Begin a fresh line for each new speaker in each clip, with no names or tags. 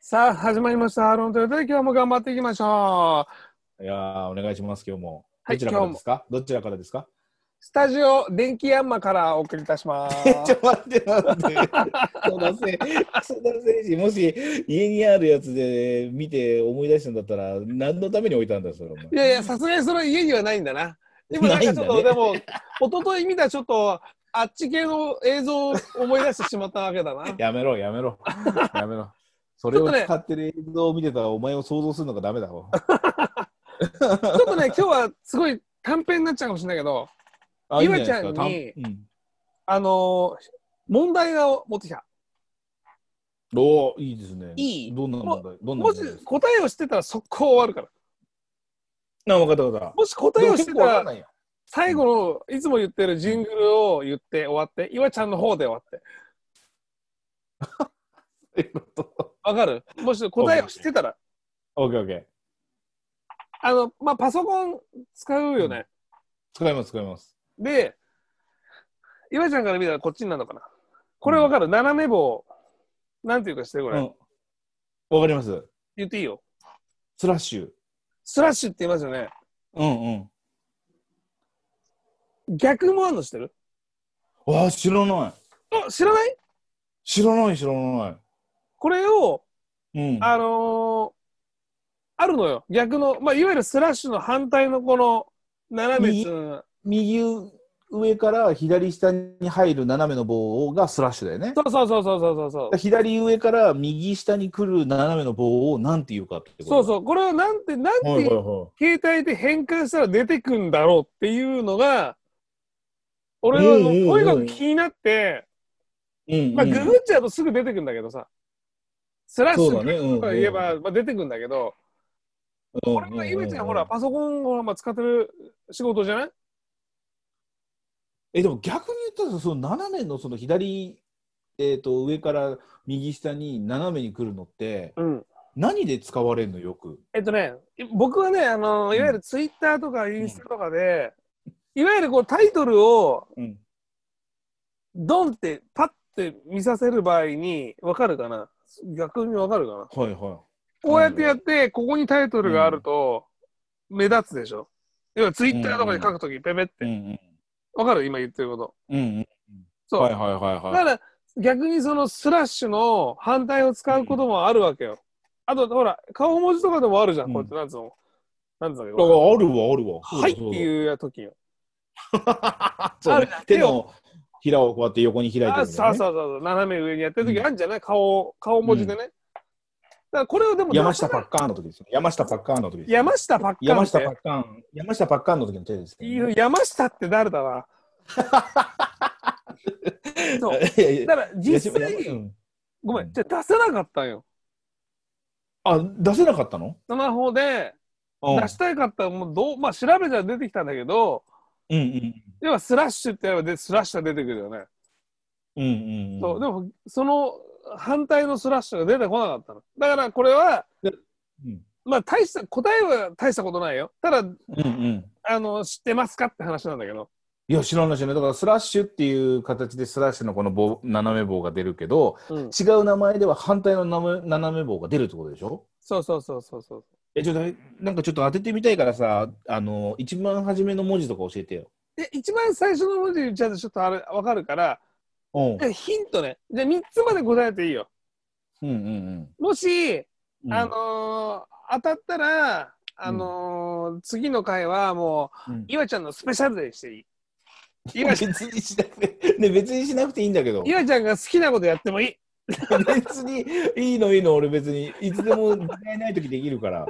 さあ、始まりました。アーロンということで、今日も頑張っていきましょう。
いやー、お願いします、今日も。
はい
どちらからですかどちらからですか
スタジオ、電気ヤンマからお送りいたします。
ちょっと待って、 なんで。そのせい、そのせいし、もし家にあるやつで見て思い出したんだったら、何のために置いたんだよ、それ。お前
いやいや、さすがにそれ家にはないんだな。でもなんかちょっと、
ないん
で
だ
も、一昨日見たちょっと、あっち系の映像を思い出してしまったわけだな。
やめろ、や めろ。やめろ。それを使ってる映像を見てたら、お前を想像するのがダメだろ。
ちょっとね、今日はすごい短編になっちゃうかもしれないけど、
あいいじゃない
岩
です
ちゃ
か
んに
たんうん
あのー問題を持ってきた。
おーいいですね。
いい
どんな問題どんな
も
問
し
題ですか
答えを知ってたら速攻終わるから。
な、わかったわかっ。
もした答
で
え
も
を知っ
結
て
構わか
た
ん
ら、
ないよ。
最後のいつも言ってるジングルを言って終わって、岩ちゃんの方で終わって。わかるもし答えを知ってたら。
オッケーオッケー。
あの、まあ、パソコン使うよね。
使います、使います。
で、岩ちゃんから見たらこっちになるのかな。これわかる、斜め棒。なんていうかしてこれ、
うん。わかります。
言っていいよ。
スラッシュ。
スラッシュって言いますよね。
うんうん。
逆もあるのしてる
わあ、知らない。
あ、知らない
知らない、知らない。
これを、
うん。
あのーあるのよ。逆の、まあ、いわゆるスラッシュの反対のこの、斜めっつうのが
右上から左下に入る斜めの棒がスラッシュだよね。
そうそうそうそうそうそう。
左上から右下に来る斜めの棒をなんて言うかってこと
そう
う。
そう。これをなんて、なん
はいはい
て、
は
携帯で変換したら出てくんだろうっていうのが、俺
うんうんうん
はとにかく気になって、
い。うん、うん。
まあ、ググっちゃうとすぐ出てくんだけどさ、スラッシ
そうだ
ュ
ね。うん、う
と
ん。
か言えば、まあ、出てくんだけど、
うん、
俺はゆめちゃん、ほら、。パソコンをまあ使ってる仕事じゃない
え、でも逆に言ったら、その斜めのその左、えっ、と、上から右下に斜めに来るのって、
うん。
何で使われるのよく。
えっとね、僕はね、あの、
ん
いわゆるツイッターとかインスタとかで、いわゆるこうタイトルを
うん。
ドンってパッて見させる場合に、わかるかな逆にわかるかな
はいはい。
こうやってやって、ここにタイトルがあると、目立つでしょ。要はツイッターとかで書くとき、ペペっ
う
て。
ん
わかる今言ってること。
うん。うんう
そ
ん。
う。
はいはいはいは
だか
い。
ら、逆にそのスラッシュの反対を使うこともあるわけよ。あと、ほら、顔文字とかでもあるじゃん。
うん
こうやって、なんつうの。なんつうんだっけ
だから
こ
あるわあるわ。
れはいって
う。
いうときよ。
そうね
ある
手のひらをこうやって横に開いて
あ
る
そうそう
う。
そうそう。斜め上にやってるときあるんじゃない、顔、顔文字でね。だから、これをでも、
山下パッカーンの時ですよ。山下パッカーンの時です。
山下ばっかり
山下パッカーン。山下パッカーンの時の手ですけどね。
山下って誰だ わ。そう。
いやいや
だから、実
いや
際、
うん
ごめん、じゃあ出せなかったんよ。
あ、出せなかったの
スマホで
うん
出したいかったらもうどう、まあ、調べたら出てきたんだけど、
うんうん。
要はスラッシュってやればでスラッシュが出てくるよね。
うんうんうん。
そうでも、その反対のスラッシュが出てこなかったの。だから、これは、
うん
まあ、大した、答えは大したことないよ。ただ、
うんうん。
あの、知ってますかって話なんだけど。
いや、知らない知らない。だから、スラッシュっていう形で、スラッシュのこの棒斜め棒が出るけど、
うん。
違う名前では反対の斜め斜め棒が出るってことでしょ
そうそうそうそうそう。
え、ちょっと、なんかちょっと当ててみたいからさ、あの、一番初めの文字とか教えてよ。
で、一番最初の文字言っちゃうとちょっとあれ、わかるから、
うん。
でヒントね。じゃあ3つまで答えていいよ。
うんうん
もし、
うん。
あのー当たったら、あのー次の回はもう、
うん、
岩ちゃんのスペシャルデーにしていい。
今
岩ち
別にしなくて、ね、別にしなくていいんだけど。
岩ちゃんが好きなことやってもいい。
別に、いいのいいの、俺別に、いつでも時間ないときできるから。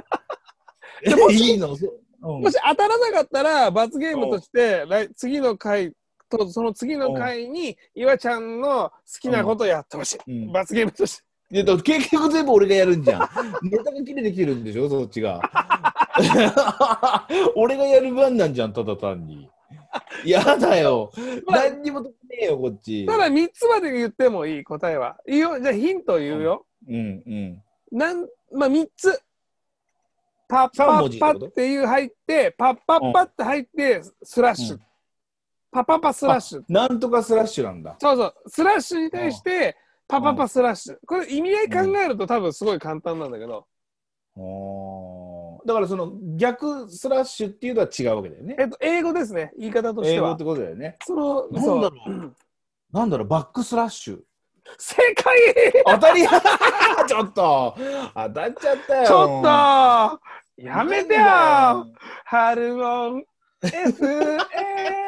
でもし
いいの、そううん
もし当たらなかったら、罰ゲームとして、来次の回とその次の回に、岩ちゃんの好きなことをやってほしい。
うん
罰ゲームとして。
いやだから結局全部俺がやるんじゃん。ネタが切れてきてるんでしょ、そっちが。 俺がやる番なんじゃん、ただ単に。やだよ。
まあ
何にも得ねえよ、こっち。
ただ3つまで言ってもいい答えは。いいよ、じゃあヒント言うよ。
うんうん。
なん、まあ、3つ。パッパ
三文
ッ
字っ
パ
てこと
っていう入って、パッパッパって入って、スラッシュ。
うん
パッパッパスラッシュ。
なんとかスラッシュなんだ。
そうそう。スラッシュに対して、パパパスラッシュ。これ意味合い考えると多分すごい簡単なんだけど、
あーだからその逆スラッシュっていうのは違うわけだよね
え。っと、英語ですね、言い方とし
英
て
語っ
は
て。ことだよね。
その、
なん
そう
だろう。 なんだろう、バックスラッシュ。
正解
当たり ちょっと当たっちゃったよ。
ちょっとやめてよ
なんだよ
ハルモン FA